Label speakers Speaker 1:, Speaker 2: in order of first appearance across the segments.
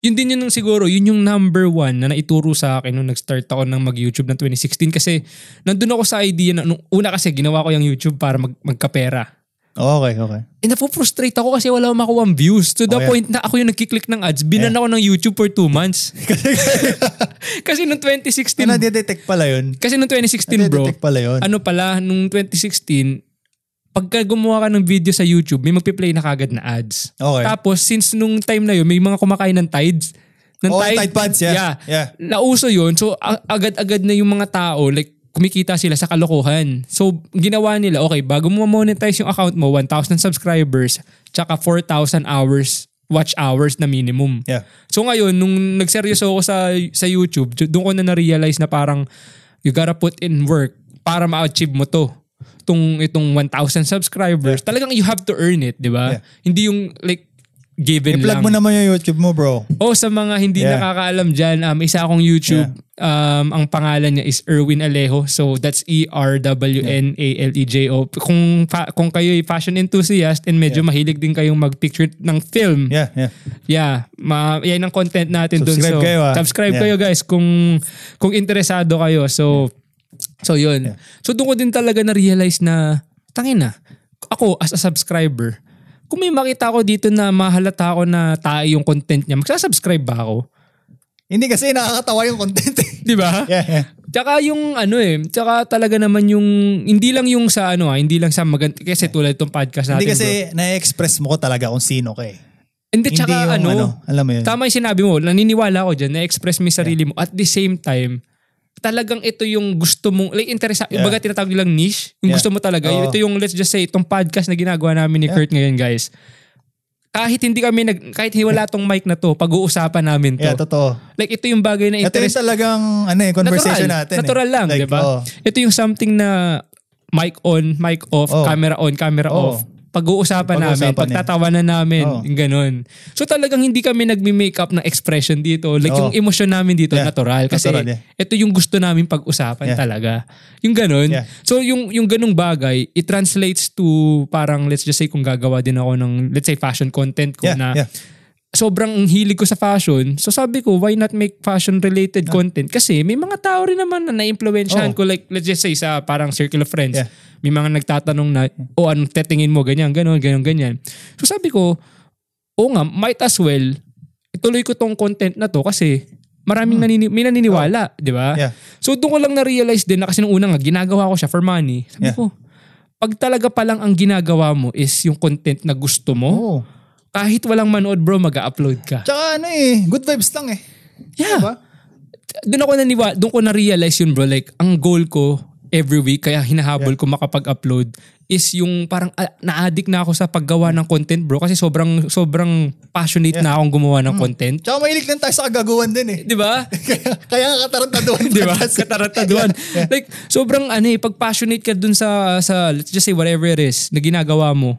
Speaker 1: Yun din yun yung siguro, yun yung number one na naituro sa akin nung nag-start ako ng mag-YouTube ng 2016 kasi nandun ako sa idea na nung una kasi ginawa ko yung YouTube para mag, magkapera.
Speaker 2: Okay, okay.
Speaker 1: Eh, napofrustrate ako kasi wala akong makuha views. To the
Speaker 2: Oh, yeah.
Speaker 1: point na ako yung nagkiklik ng ads. Binan ako ng YouTube for two months. kasi nung
Speaker 2: Hindi
Speaker 1: 2016,
Speaker 2: na-detect pala yun.
Speaker 1: kasi nung 2016 bro,
Speaker 2: Nadidetect pala yun.
Speaker 1: ano pala, nung 2016, pagka gumawa ka ng video sa YouTube, may magpiplay na kagad na ads.
Speaker 2: Okay.
Speaker 1: Tapos, since nung time na yun, may mga kumakain ng Tides. Ng
Speaker 2: Oh, Tide Pods, yeah. Yeah.
Speaker 1: Nauso yun. So, a- agad-agad na yung mga tao, like, kumikita sila sa kalokohan. So, ginawa nila, okay, bago mo monetize yung account mo, 1,000 subscribers, tsaka 4,000 hours, watch hours na minimum.
Speaker 2: Yeah.
Speaker 1: So ngayon, nung nagseryoso ako sa, sa YouTube, ju- doon ko na na-realize na parang you gotta put in work para ma-achieve mo to. Itong, itong 1,000 subscribers. Talagang you have to earn it, di ba?
Speaker 2: Yeah.
Speaker 1: Hindi yung like given
Speaker 2: I-plug
Speaker 1: lang.
Speaker 2: mo naman yung YouTube mo, bro.
Speaker 1: Oh, sa mga hindi
Speaker 2: Yeah.
Speaker 1: nakakaalam dyan, um, isa akong YouTube. Um, ang pangalan niya is Erwin Alejo. So that's E E-R-W-N-A-L-E-J-O. E Kung, fa- kung kayo fashion enthusiast and medyo mahilig din kayong mag-picture ng film,
Speaker 2: Yeah, yeah.
Speaker 1: Yeah, ma yan ang content natin doon.
Speaker 2: Subscribe
Speaker 1: So,
Speaker 2: kayo, ah.
Speaker 1: subscribe
Speaker 2: Yeah.
Speaker 1: kayo guys kung kung interesado kayo. So so yun.
Speaker 2: Yeah.
Speaker 1: So doon ko din talaga na realize na tangin na ako as a subscriber. Kung may makita ako dito na mahalata ako na tayo yung content niya, magsasubscribe ba ako?
Speaker 2: Hindi kasi nakakatawa yung content. eh.
Speaker 1: 'Di ba?
Speaker 2: yeah, yeah.
Speaker 1: Tsaka yung ano eh, tsaka talaga naman yung hindi lang yung sa ano ah, hindi lang sa maganda kasi tulad itong podcast natin.
Speaker 2: Hindi kasi
Speaker 1: bro.
Speaker 2: na-express mo ko talaga kung sino ka eh.
Speaker 1: hindi tsaka
Speaker 2: hindi yung
Speaker 1: ano,
Speaker 2: alam mo yun.
Speaker 1: Tama yung sinabi mo. Naniniwala ako dyan. Na-express mo yung sarili mo. At the same time, talagang ito yung gusto mong, like interesa,
Speaker 2: Yeah.
Speaker 1: yung baga tinatawag nilang niche, yung
Speaker 2: Yeah.
Speaker 1: gusto mo talaga.
Speaker 2: Oo.
Speaker 1: Ito yung, let's just say, itong podcast na ginagawa namin ni
Speaker 2: Yeah.
Speaker 1: Kurt ngayon, guys. Kahit hindi kami, nag, kahit hiwala tong mic na to, pag-uusapan namin to.
Speaker 2: yeah, totoo.
Speaker 1: like ito yung bagay na
Speaker 2: Ito yung
Speaker 1: interest.
Speaker 2: talagang ano eh, conversation
Speaker 1: natural,
Speaker 2: natin. eh.
Speaker 1: Natural lang, diba?
Speaker 2: Like,
Speaker 1: di ba?
Speaker 2: oh,
Speaker 1: Ito yung something na mic on, mic off,
Speaker 2: Oh.
Speaker 1: camera on, camera
Speaker 2: Oh.
Speaker 1: off. Pag-uusapan, namin,
Speaker 2: Pag-uusapan eh.
Speaker 1: pagtatawanan namin,
Speaker 2: Oh.
Speaker 1: yung ganun. So talagang hindi kami nagme-makeup ng expression dito. Like
Speaker 2: Oh.
Speaker 1: yung emosyon namin dito,
Speaker 2: Yeah.
Speaker 1: natural. Kasi
Speaker 2: Natural, yeah.
Speaker 1: ito yung gusto namin pag-usapan
Speaker 2: Yeah.
Speaker 1: talaga. Yung ganun.
Speaker 2: Yeah.
Speaker 1: So yung yung ganung bagay, it translates to parang let's just say kung gagawa din ako ng let's say fashion content ko
Speaker 2: yeah,
Speaker 1: na
Speaker 2: yeah.
Speaker 1: sobrang hilig ko sa fashion. So sabi ko, why not make fashion-related content? Kasi may mga tao rin naman na na-influensyahan
Speaker 2: Ah. Oo.
Speaker 1: ko. Like, let's just say, sa parang circle of friends.
Speaker 2: Yeah.
Speaker 1: May mga nagtatanong na, oh, anong tetingin mo? Ganyan, ganon, ganon, ganyan. So sabi ko, oo nga, might as well, ituloy ko tong content na to kasi maraming nanini- may naniniwala, di ba?
Speaker 2: Hmm. Yeah.
Speaker 1: So doon ko lang na-realize din na kasi nung una nga, ginagawa ko siya for money. Sabi
Speaker 2: Yeah.
Speaker 1: ko, pag talaga palang ang ginagawa mo is yung content na gusto mo,
Speaker 2: Oh.
Speaker 1: kahit walang manood bro, mag upload ka.
Speaker 2: Tsaka ano eh, good vibes lang eh.
Speaker 1: Yeah.
Speaker 2: Diba?
Speaker 1: Doon ako naniwa, doon ko na-realize yun bro. Like, ang goal ko every week, kaya hinahabol ko makapag-upload, is yung parang ah, na-addict na ako sa paggawa ng content bro. Kasi sobrang, sobrang passionate na akong gumawa ng content. Diba?
Speaker 2: Tsaka mahilig lang tayo sa kagaguhan din eh.
Speaker 1: Di ba?
Speaker 2: Kaya, kaya nga katarantaduhan.
Speaker 1: Di ba? Katarataduan. Like, sobrang ano eh, pag passionate ka dun sa, sa, let's just say whatever it is, na ginagawa mo,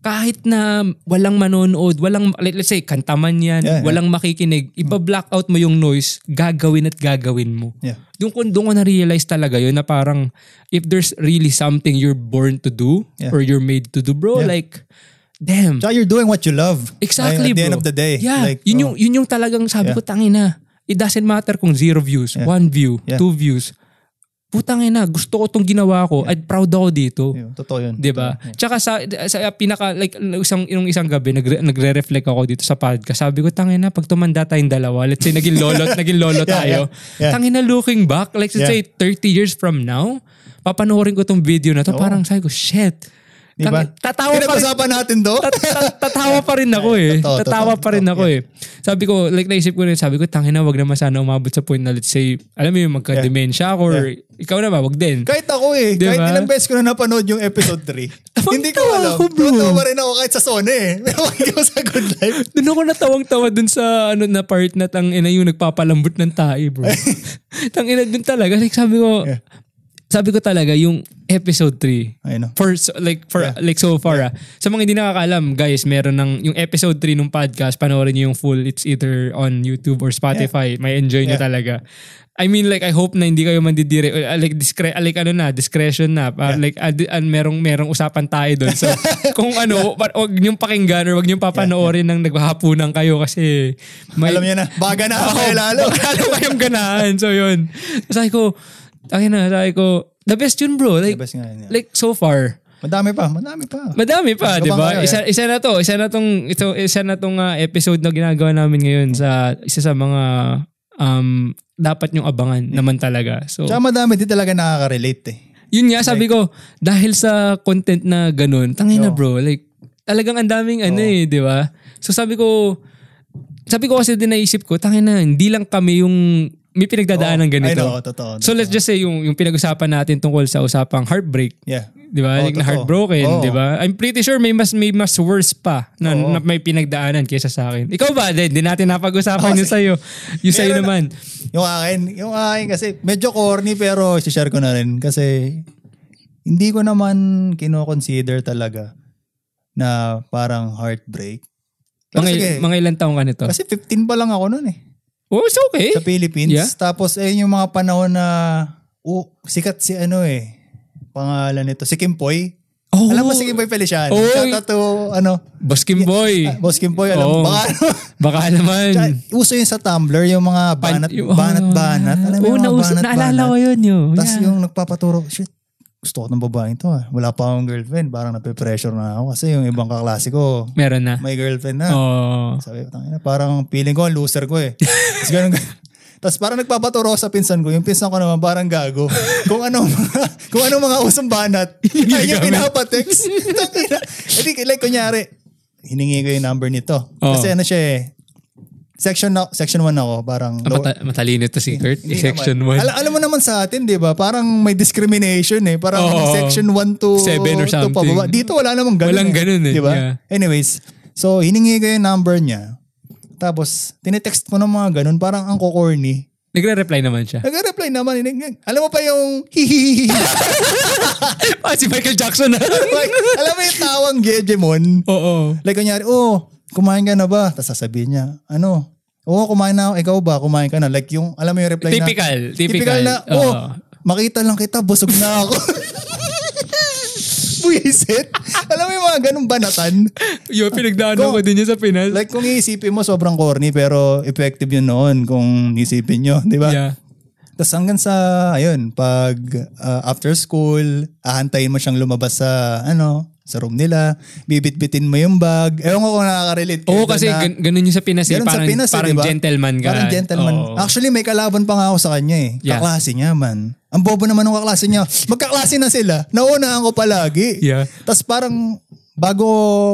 Speaker 1: kahit na walang manonood, walang, let- let's say, kantaman yan,
Speaker 2: Yeah, yeah.
Speaker 1: walang makikinig, ipa-blackout mo yung noise, gagawin at gagawin mo.
Speaker 2: Yeah.
Speaker 1: Doon ko, doon ko na-realize talaga yun na parang if there's really something you're born to do
Speaker 2: Yeah.
Speaker 1: or you're made to do, bro,
Speaker 2: Yeah.
Speaker 1: like, damn.
Speaker 2: Tsaka you're doing what you love.
Speaker 1: Exactly,
Speaker 2: At the
Speaker 1: bro.
Speaker 2: end of the day.
Speaker 1: Yeah.
Speaker 2: Like,
Speaker 1: yun,
Speaker 2: oh.
Speaker 1: yung, yun yung talagang sabi ko,
Speaker 2: Yeah.
Speaker 1: tangina. It doesn't matter kung zero views, one view,
Speaker 2: Yeah.
Speaker 1: two views. Putang ina, gusto ko tong ginawa ko. at proud ako dito.
Speaker 2: oh, Yun, totoo yun.
Speaker 1: 'Di ba? Tsaka sa, sa pinaka like isang yung isang gabi nagre, nagre-reflect ako dito sa podcast. Sabi ko tangina pag tumanda tayong dalawa, let's say naging lolo naging lolo
Speaker 2: Yeah,
Speaker 1: tayo.
Speaker 2: yeah, yeah.
Speaker 1: Tangina looking back, like let's say
Speaker 2: Yeah.
Speaker 1: 30 years from now, papanoorin ko tong video na to, parang sabi ko, shit.
Speaker 2: Di ba?
Speaker 1: Tangin- Tatawa pa rin
Speaker 2: Diba? Pinag-usapan natin do.
Speaker 1: tat- tat- tatawa pa rin ako eh.
Speaker 2: Totoo,
Speaker 1: tatawa
Speaker 2: totoo,
Speaker 1: pa rin
Speaker 2: totoo,
Speaker 1: ako eh. Sabi ko, like naisip ko rin, sabi ko, tangina, wag naman sana umabot sa point na let's say, alam mo yung magka-dementia ako or ikaw na ba, wag din.
Speaker 2: Kahit ako eh.
Speaker 1: Di
Speaker 2: Kahit
Speaker 1: ba?
Speaker 2: ilang beses ko na napanood yung episode 3.
Speaker 1: Tawang
Speaker 2: hindi ko
Speaker 1: tawa
Speaker 2: alam.
Speaker 1: ako, bro.
Speaker 2: Tatawa pa rin ako kahit sa Sony eh. Nakakita ko sa Good Life.
Speaker 1: Doon ako natawang-tawa dun sa ano na part na tangina yung nagpapalambot ng tae bro. tangina dun talaga. Like, sabi ko, sabi ko talaga yung episode 3
Speaker 2: I know.
Speaker 1: for so- like for
Speaker 2: Yeah.
Speaker 1: like so far ah. sa mga hindi nakakaalam guys meron ng yung episode 3 nung podcast panoorin niyo yung full it's either on YouTube or Spotify may enjoy niyo
Speaker 2: Yeah.
Speaker 1: talaga I mean like I hope na hindi kayo mandidire uh, like discre uh, like ano na discretion na uh, like uh, di- uh, merong merong usapan tayo doon so kung ano pa- wag niyong pakinggan or wag niyong papanoorin ng naghahapunan kayo kasi may, Oh,
Speaker 2: Alam niyo na, baga na ako kayo lalo.
Speaker 1: Lalo kayong ganahan. So yun. Sabi ko, ay na, sabi ko, the best yun bro. Like,
Speaker 2: The best nga yun, yeah.
Speaker 1: like so far.
Speaker 2: Madami pa, madami pa.
Speaker 1: Madami pa,
Speaker 2: Abang
Speaker 1: di ba?
Speaker 2: kayo, eh.
Speaker 1: Isa, isa na to. Isa na tong, ito, isa na tong ah, episode na ginagawa namin ngayon sa isa sa mga um, dapat yung abangan naman talaga. So,
Speaker 2: Tsaka madami din talaga nakaka-relate eh.
Speaker 1: yun nga sabi ko, dahil sa content na ganun, tangin na bro, like, talagang ang daming ano eh, di ba? So sabi ko, sabi ko kasi din naisip ko, tangin na, hindi lang kami yung may pinagdadaanan Ah, ng
Speaker 2: I
Speaker 1: ganito.
Speaker 2: know, totoo.
Speaker 1: So let's just say yung yung pinag-usapan natin tungkol sa usapang heartbreak,
Speaker 2: yeah.
Speaker 1: 'di ba?
Speaker 2: Oo,
Speaker 1: like na
Speaker 2: totoo.
Speaker 1: heartbroken,
Speaker 2: Oo.
Speaker 1: 'di ba? I'm pretty sure may mas may mas worse pa na, na may pinagdaanan kaysa sa akin. Ikaw ba? Hindi di natin napag-usapan
Speaker 2: Oo,
Speaker 1: yun sa iyo. Yung sa
Speaker 2: Meron na-
Speaker 1: naman.
Speaker 2: Yung akin, yung akin kasi medyo corny pero share ko na rin kasi hindi ko naman kino-consider talaga na parang heartbreak.
Speaker 1: Mga,
Speaker 2: Pero Oh, sige,
Speaker 1: mga ilang taong ka nito?
Speaker 2: kasi 15 pa lang ako noon eh
Speaker 1: Oh, it's okay.
Speaker 2: sa Philippines.
Speaker 1: Yeah.
Speaker 2: Tapos eh yung mga panahon na oh, sikat si ano eh pangalan nito si Kimpoy.
Speaker 1: Oh.
Speaker 2: Alam mo si Kimpoy Feliciano?
Speaker 1: Oo.
Speaker 2: Shout out to ano
Speaker 1: Baskin boy.
Speaker 2: ah, Boss Kimpoy alam
Speaker 1: Oo.
Speaker 2: mo baka ano.
Speaker 1: Baka naman.
Speaker 2: Tsaka, uso yun sa Tumblr yung mga banat
Speaker 1: Yung-
Speaker 2: banat banat. Alam mo
Speaker 1: Oo,
Speaker 2: yung mga
Speaker 1: Oh, nauso-
Speaker 2: banat
Speaker 1: naalala ko yun yun.
Speaker 2: Tapos
Speaker 1: Yeah.
Speaker 2: yung nagpapaturo, shit, gusto ko ng babaeng to ah. Wala pa akong girlfriend, parang nape-pressure na ako. Kasi yung ibang kaklase ko,
Speaker 1: Meron na.
Speaker 2: may girlfriend na.
Speaker 1: Oh.
Speaker 2: Sabi ko, "Tangina, parang feeling ko, ang loser ko eh. Tapos ganun, Tapos parang nagpapaturo ako sa pinsan ko. Yung pinsan ko naman parang gago. Kung anong mga, kung anong mga usang banat. ay, yung pinapatext. Eh di, like, kunyari, hiningi ko yung number nito.
Speaker 1: Oo.
Speaker 2: Kasi ano siya eh, section, na, section 1 ako, parang
Speaker 1: Ang
Speaker 2: lower-
Speaker 1: Ah, mata- matalino to si Kurt.
Speaker 2: hindi
Speaker 1: Section 1.
Speaker 2: naman. Ala- alam mo naman sa atin, di ba? Parang may discrimination eh. Parang
Speaker 1: Oo.
Speaker 2: section 1 to
Speaker 1: Seven or
Speaker 2: to
Speaker 1: something.
Speaker 2: pababa. Dito wala namang ganun
Speaker 1: Walang
Speaker 2: eh.
Speaker 1: ganun eh,
Speaker 2: Di ba?
Speaker 1: yeah.
Speaker 2: Anyways, so hiningi ko yung number niya. Tapos, tinetext ko ng mga ganun. Parang ang kukorny.
Speaker 1: Nagre-reply naman siya.
Speaker 2: Nag-reply naman. hiningi- Alam mo pa yung hihihihi.
Speaker 1: ah, si Michael Jackson na.
Speaker 2: like, alam mo yung tawang Gedgemon.
Speaker 1: Oo.
Speaker 2: Like kunyari, oh, kumain ka na ba? Tapos sasabihin niya, ano? Oo, kumain na ako. Ikaw ba? Kumain ka na. Like yung, alam mo yung reply na.
Speaker 1: Typical, typical.
Speaker 2: na,
Speaker 1: Oo.
Speaker 2: oh, makita lang kita, busog na ako. Buisit. alam mo yung mga ganung banatan.
Speaker 1: Yung pinagdaanan
Speaker 2: Go.
Speaker 1: ko din yun sa Pinas.
Speaker 2: Like kung iisipin mo, sobrang corny pero effective yun noon kung isipin nyo, di ba?
Speaker 1: yeah.
Speaker 2: Tapos hanggang sa, ayun, pag uh, after school, ahantayin mo siyang lumabas sa, ano, sa room nila, bibitbitin mo yung bag. Ewan ko kung nakaka-relate. kayo
Speaker 1: Oo,
Speaker 2: doon
Speaker 1: kasi
Speaker 2: na-
Speaker 1: gan- ganun yun sa Pinas. Eh.
Speaker 2: Ganun
Speaker 1: Parang,
Speaker 2: sa Pinas, eh,
Speaker 1: parang
Speaker 2: di ba?
Speaker 1: gentleman ka.
Speaker 2: Parang gentleman. Ah.
Speaker 1: Oo.
Speaker 2: Actually, may kalaban pa nga ako sa kanya eh.
Speaker 1: Yeah.
Speaker 2: Kaklase niya man. Ang bobo naman ng kaklase niya. Magkaklase na sila. Naunahan ko palagi.
Speaker 1: Yeah.
Speaker 2: Tapos parang bago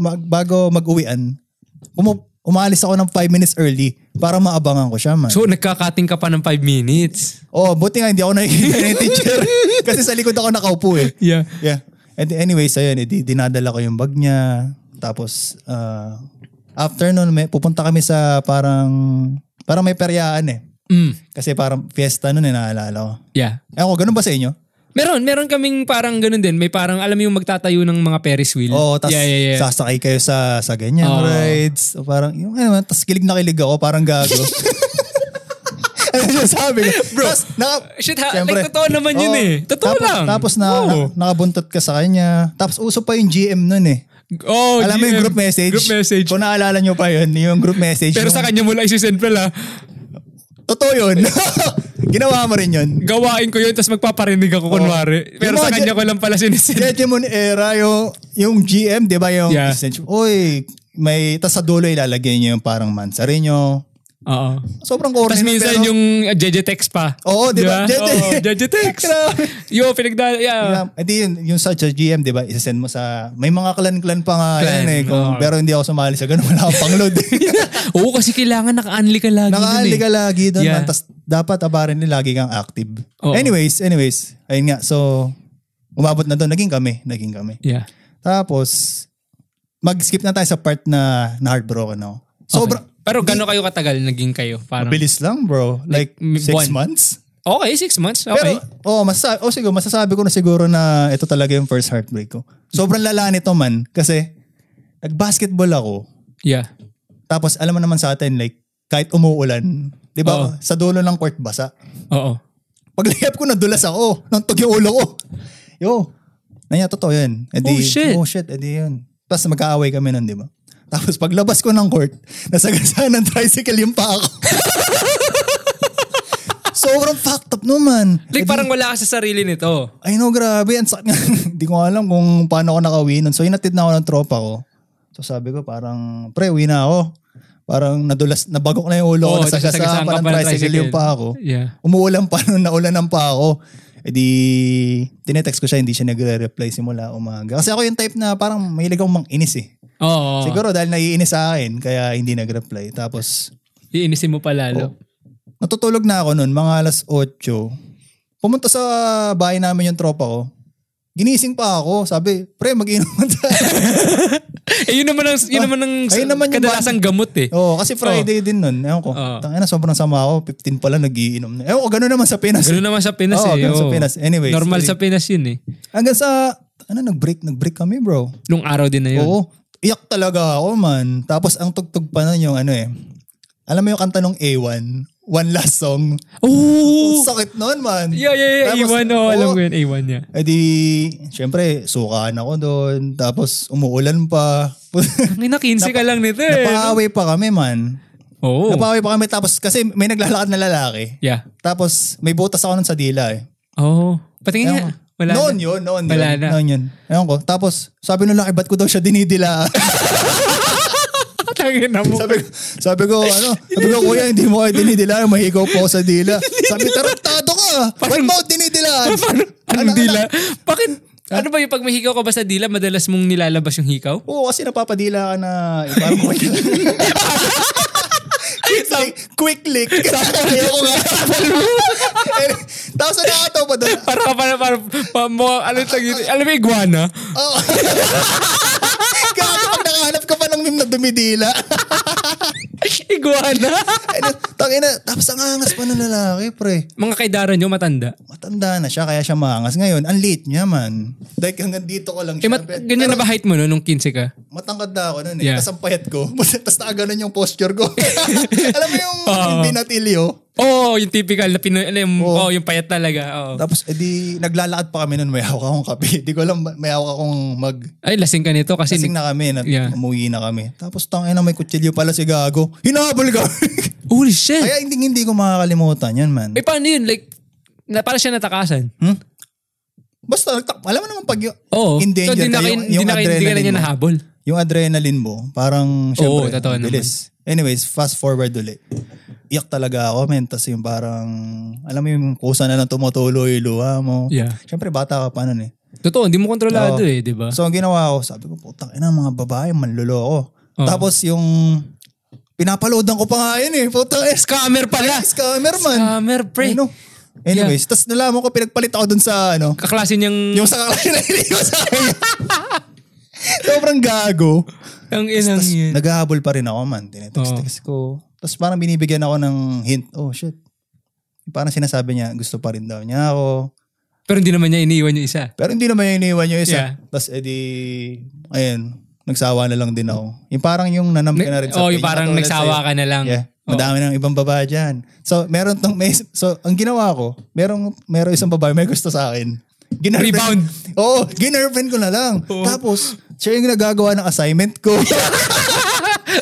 Speaker 2: mag, bago mag-uwian, umu- umalis ako ng 5 minutes early para maabangan ko siya man.
Speaker 1: so, nagkakating ka pa ng 5 minutes.
Speaker 2: oh, buti nga hindi ako nakikita ng teacher. Kasi sa likod ako nakaupo eh.
Speaker 1: Yeah.
Speaker 2: Yeah. And anyways, ayun, edi, dinadala ko yung bag niya. Tapos, ah, after nun, may, pupunta kami sa parang, parang may peryaan eh.
Speaker 1: Mm.
Speaker 2: Kasi parang fiesta nun eh, naalala ko.
Speaker 1: Yeah.
Speaker 2: Ewan ko, ganun ba sa inyo?
Speaker 1: Meron, meron kaming parang ganun din. May parang, alam mo yung magtatayo ng mga Ferris wheel.
Speaker 2: Oo, tas
Speaker 1: yeah, yeah, yeah.
Speaker 2: sasakay kayo sa, sa ganyan
Speaker 1: Oo.
Speaker 2: rides. O parang, yung ano, tas kilig na kilig ako, parang gago. ano siya sabi ko? Bro, tas, naka,
Speaker 1: Shit, ha,
Speaker 2: Siyempre.
Speaker 1: like, totoo naman yun
Speaker 2: Oo.
Speaker 1: eh. Totoo
Speaker 2: tapos,
Speaker 1: lang.
Speaker 2: Tapos na,
Speaker 1: Oo.
Speaker 2: na- nakabuntot ka sa kanya. Tapos uso pa yung GM nun eh.
Speaker 1: Oh,
Speaker 2: Alam mo
Speaker 1: GM.
Speaker 2: yung group message?
Speaker 1: Group message.
Speaker 2: Kung naalala nyo pa yun, yung group message.
Speaker 1: Pero sa
Speaker 2: yung-
Speaker 1: kanya mo lang isi-send pala.
Speaker 2: Totoo yun. Ginawa mo rin yun.
Speaker 1: Gawain ko yun, tapos magpaparinig ako kunwari. Pero
Speaker 2: Yung
Speaker 1: sa
Speaker 2: mga
Speaker 1: kanya ko lang pala sinisend.
Speaker 2: Hegemon era, yung, yung GM, di ba yung
Speaker 1: Yeah.
Speaker 2: essential? Uy, may, tas sa dulo ilalagay nyo yung parang mansarinyo.
Speaker 1: Oo.
Speaker 2: Sobrang corny.
Speaker 1: Tapos
Speaker 2: nun,
Speaker 1: minsan
Speaker 2: pero-
Speaker 1: yung uh, Jeje text pa.
Speaker 2: Oo, di ba? Jeje.
Speaker 1: Oo, Jeje text.
Speaker 2: Grabe.
Speaker 1: Yo, pinagdala. Yeah.
Speaker 2: Yeah. Eh di yun, yung sa, sa GM, di ba, isasend mo sa, may mga clan-clan pa nga
Speaker 1: Clan, ah.
Speaker 2: yan eh. Kung,
Speaker 1: oo.
Speaker 2: Pero hindi ako sumali sa ganun, wala akong pangload.
Speaker 1: Oo, kasi kailangan naka-unli ka lagi. dun eh.
Speaker 2: Nakahali ka lagi doon.
Speaker 1: Yeah.
Speaker 2: man. Tas dapat abarin nila lagi kang active.
Speaker 1: Oo.
Speaker 2: Anyways, anyways. Ayun nga. So, umabot na doon. Naging kami. Naging kami.
Speaker 1: Yeah.
Speaker 2: Tapos, mag-skip na tayo sa part na, na heartbroken ako. Sobra,
Speaker 1: Pero gano'n kayo katagal naging kayo? Parang,
Speaker 2: bilis lang bro. Like,
Speaker 1: m-
Speaker 2: six
Speaker 1: buwan.
Speaker 2: months?
Speaker 1: Okay, six months.
Speaker 2: Pero,
Speaker 1: Okay.
Speaker 2: oh, masasabi, oh, siguro, masasabi ko na siguro na ito talaga yung first heartbreak ko. Sobrang lala nito man kasi nag-basketball ako.
Speaker 1: yeah.
Speaker 2: Tapos alam mo naman sa atin, like, kahit umuulan, di ba,
Speaker 1: Oo.
Speaker 2: sa dulo ng court basa.
Speaker 1: Oo.
Speaker 2: Paglayap ko, nadulas ako. Nantog yung ulo ko. Yo, nanya, totoo yun. E di,
Speaker 1: Oh, shit.
Speaker 2: Oh, shit, edi yun. Tapos magkaaway kami nun, di ba? Tapos paglabas ko ng court, nasagasaan ng tricycle yung paa ko. Sobrang fucked up naman. Eh
Speaker 1: Like parang wala ka sa sarili nito.
Speaker 2: I know, grabe. Ang sakit nga. Hindi ko alam kung paano ako nakauwi nun. So, inatid na ako ng tropa ko. So, sabi ko parang, pre, uwi na ako. Parang nadulas, nabagok na yung ulo ko.
Speaker 1: Oo,
Speaker 2: Nasagasaan
Speaker 1: nasagasaan
Speaker 2: pa
Speaker 1: ka
Speaker 2: ng
Speaker 1: pa ng
Speaker 2: tricycle yung
Speaker 1: tricycle.
Speaker 2: paa ko.
Speaker 1: Yeah.
Speaker 2: Umuulan pa nun, naulan ng pa ako. E di, tinetext ko siya, hindi siya nagre-reply simula umaga. Kasi ako yung type na parang mahilig akong manginis eh.
Speaker 1: Oo.
Speaker 2: Siguro dahil naiinis sa akin, kaya hindi nag-reply. Tapos,
Speaker 1: Iinisin mo pa
Speaker 2: Oh.
Speaker 1: lalo.
Speaker 2: natutulog na ako nun, mga alas 8. Pumunta sa bahay namin yung tropa ko. Ginising pa ako. Sabi, pre, mag-inuman tayo.
Speaker 1: Eh, yun naman ang, yun
Speaker 2: Ah,
Speaker 1: naman ang
Speaker 2: ayun naman yung Oh,
Speaker 1: kadalasang gamot eh.
Speaker 2: Oo, kasi Friday din nun. Ewan ko.
Speaker 1: Oo.
Speaker 2: Tangina, sobrang sama ako. 15 pala nagiinom na. Ewan ko, gano'n naman sa Pinas.
Speaker 1: Ganun naman sa Pinas
Speaker 2: Oo,
Speaker 1: eh.
Speaker 2: ganun sa
Speaker 1: oo.
Speaker 2: Pinas. Anyways,
Speaker 1: Normal
Speaker 2: tuloy.
Speaker 1: sa Pinas yun eh.
Speaker 2: Hanggang sa, ano, nag-break. Nag-break kami, bro.
Speaker 1: Nung araw din na yun.
Speaker 2: Oo. Iyak talaga ako, man. Tapos ang tugtog pa nun yung ano eh. Alam mo yung kanta nung A1? One last song.
Speaker 1: Oo.
Speaker 2: Sakit nun, man.
Speaker 1: Yeah, yeah, yeah.
Speaker 2: Oh, Tapos,
Speaker 1: A1, oh,
Speaker 2: oo,
Speaker 1: alam ko yun. A1 niya.
Speaker 2: Eh di, syempre, sukaan ako doon. Tapos, umuulan pa.
Speaker 1: Ang ina, 15 ka lang nito eh.
Speaker 2: Napaaway pa kami, man.
Speaker 1: Oo.
Speaker 2: Napaaway pa kami. Tapos, kasi may naglalakad na lalaki.
Speaker 1: yeah.
Speaker 2: Tapos, may butas ako nun sa dila eh.
Speaker 1: Oo. Oh. Patingin
Speaker 2: Ewan
Speaker 1: niya.
Speaker 2: ko.
Speaker 1: Wala
Speaker 2: noon
Speaker 1: na.
Speaker 2: yun, noon
Speaker 1: Wala
Speaker 2: yun.
Speaker 1: na.
Speaker 2: Noon yun. Ewan ko. Tapos, sabi nung laki, ba't ko daw siya dinidila?
Speaker 1: Tangin na mo.
Speaker 2: sabi, sabi ko, ano, sabi ko, kuya, hindi mo kayo dinidila. Mahigaw po ako sa dila. Sabi, taraktado ka. Ba't
Speaker 1: Parang-
Speaker 2: mo ako dinidila?
Speaker 1: Anong dila? Bakit? Ano ba yung pag may hikaw ka ba sa dila, madalas mong nilalabas yung hikaw?
Speaker 2: Oo, kasi napapadila ka na iba mo yun. quick lick. Quick lick. Ayoko nga. Eh, Tapos ano nakatawa pa doon?
Speaker 1: Para ka para, para, para, mukha- ano tag Alam mo, iguana?
Speaker 2: Oo. Gago, pag nakahanap ka pa ng meme na dumidila.
Speaker 1: iguana?
Speaker 2: Ano, tangina. Tapos ang angas pa ng lalaki, pre.
Speaker 1: Mga kaidaran nyo, matanda.
Speaker 2: Matanda na siya, kaya siya maangas. Ngayon, ang late niya, man. Like, hanggang dito ko
Speaker 1: Eh,
Speaker 2: lang siya.
Speaker 1: mat- ganyan na ba height mo no, nung 15 ka?
Speaker 2: matangkad na ako noon eh.
Speaker 1: Yeah.
Speaker 2: Tapos ang payat ko. Tapos nakaganon yung posture ko. Alam mo yung, yung binatilyo?
Speaker 1: Oo, oh, yung typical na Pinoy, ano yung, oh.
Speaker 2: Oo.
Speaker 1: yung payat talaga. oo.
Speaker 2: Tapos edi naglalakad pa kami nun, may hawak akong kape. Di ko alam, may hawak akong mag...
Speaker 1: Ay, lasing ka nito kasi,
Speaker 2: Kasing na kami, na,
Speaker 1: Yeah.
Speaker 2: umuwi na kami. Tapos tangin na may kutsilyo pala si Gago. Hinahabol ka!
Speaker 1: holy shit!
Speaker 2: Kaya hindi, hindi ko makakalimutan yan, man.
Speaker 1: eh, paano yun? Like, na, para siya natakasan.
Speaker 2: Hmm? Basta, nagtak- alam mo naman pag yung,
Speaker 1: Oo.
Speaker 2: in
Speaker 1: so,
Speaker 2: danger
Speaker 1: di na,
Speaker 2: ka,
Speaker 1: kayo-
Speaker 2: yung,
Speaker 1: di
Speaker 2: yung
Speaker 1: na, kayo- di ka na
Speaker 2: adrenaline
Speaker 1: niya
Speaker 2: mo.
Speaker 1: nahabol.
Speaker 2: Yung adrenaline mo, parang syempre,
Speaker 1: totoo
Speaker 2: ang bilis. Anyways, fast forward ulit. Iyak talaga ako, men. Tapos yung parang, alam mo yung kusa na lang tumutulo yung luha mo.
Speaker 1: Yeah.
Speaker 2: Siyempre, bata ka pa nun eh.
Speaker 1: Totoo, hindi mo kontrolado
Speaker 2: Oo.
Speaker 1: eh, di ba?
Speaker 2: So ang ginawa ko, sabi ko, putang ina, mga babae, manluloko.
Speaker 1: Oo.
Speaker 2: Tapos yung, pinapaloadan ko pa nga yun eh. Putang ina,
Speaker 1: Scammer pala!
Speaker 2: scammer man.
Speaker 1: Scammer, pre!
Speaker 2: Ano? Anyways, tas nalaman ko, pinagpalit ako dun sa ano,
Speaker 1: Kaklase niyang,
Speaker 2: yung sa kakalain ko sa kanya. Sobrang gago.
Speaker 1: ang inang
Speaker 2: Tas
Speaker 1: yun. Oh.
Speaker 2: naghahabol pa rin ako man. Tinetext-text ko. Tapos parang binibigyan ako ng hint. Oh shit. Parang sinasabi niya, gusto pa rin daw niya ako.
Speaker 1: Pero hindi naman niya iniiwan yung isa.
Speaker 2: Pero hindi naman yung iniwan yung isa.
Speaker 1: Yeah.
Speaker 2: Tapos edi, ayun, nagsawa na lang din ako. Yung parang yung nanam ka na rin sa
Speaker 1: Oo, oh, yung
Speaker 2: pinya,
Speaker 1: parang
Speaker 2: katulad
Speaker 1: nagsawa
Speaker 2: sa'yo.
Speaker 1: ka na lang. Oh.
Speaker 2: Yeah.
Speaker 1: Oo.
Speaker 2: Madami ng ibang babae dyan. So, meron tong, may, so, ang ginawa ko, merong, merong isang babae may gusto sa akin. Ginarlfriend-
Speaker 1: Rebound. Oh.
Speaker 2: Oo, ginerfriend ko na lang. Tapos, siya yung nagagawa ng assignment ko.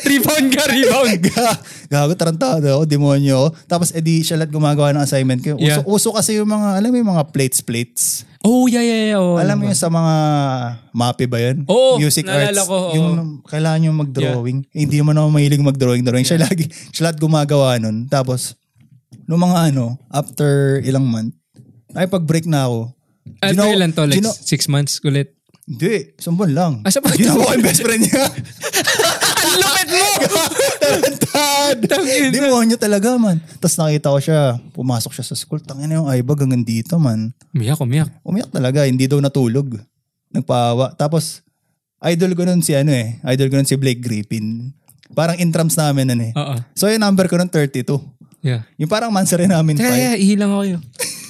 Speaker 1: rebound ka, rebound!
Speaker 2: Ga- Gago, tarantado ako, demonyo ako. Tapos, edi, siya lahat gumagawa ng assignment ko. Uso,
Speaker 1: Yeah.
Speaker 2: uso kasi yung mga, alam mo yung mga plates-plates.
Speaker 1: Oh, yeah, yeah, yeah. oo.
Speaker 2: Alam mo yun sa mga MAPE ba yun?
Speaker 1: Oo,
Speaker 2: Music
Speaker 1: naalala
Speaker 2: arts.
Speaker 1: ko, oo.
Speaker 2: Yung kailangan yung mag-drawing. Eh, hindi mo naman mahilig mag-drawing-drawing. Siya lagi, siya lahat gumagawa nun. Tapos, nung mga ano, after ilang month, ay pag-break na ako.
Speaker 1: Ano
Speaker 2: Ginawa-
Speaker 1: ilan to? Like,
Speaker 2: ginawa-
Speaker 1: six months ulit.
Speaker 2: hindi, sumbon lang.
Speaker 1: Ah, siya pa-
Speaker 2: Ginawa ko yung best friend niya.
Speaker 1: Ang lupit mo!
Speaker 2: Tarantad!
Speaker 1: Tangina.
Speaker 2: Demonyo talaga, man. Tapos nakita ko siya, pumasok siya sa school. Tangina yung ay bag hanggang dito, man.
Speaker 1: Umiyak, umiyak.
Speaker 2: umiyak talaga, hindi daw natulog. Nagpaawa. Tapos, idol ko nun si ano eh,
Speaker 1: Ah.
Speaker 2: idol ko nun si Blake Griffin. Parang intrams namin nun eh.
Speaker 1: Oo.
Speaker 2: So yung number ko nun 32. Yeah.
Speaker 1: Yung parang Mansa rin namin
Speaker 2: Teka,
Speaker 1: pie.
Speaker 2: teka, ihi lang ako yun.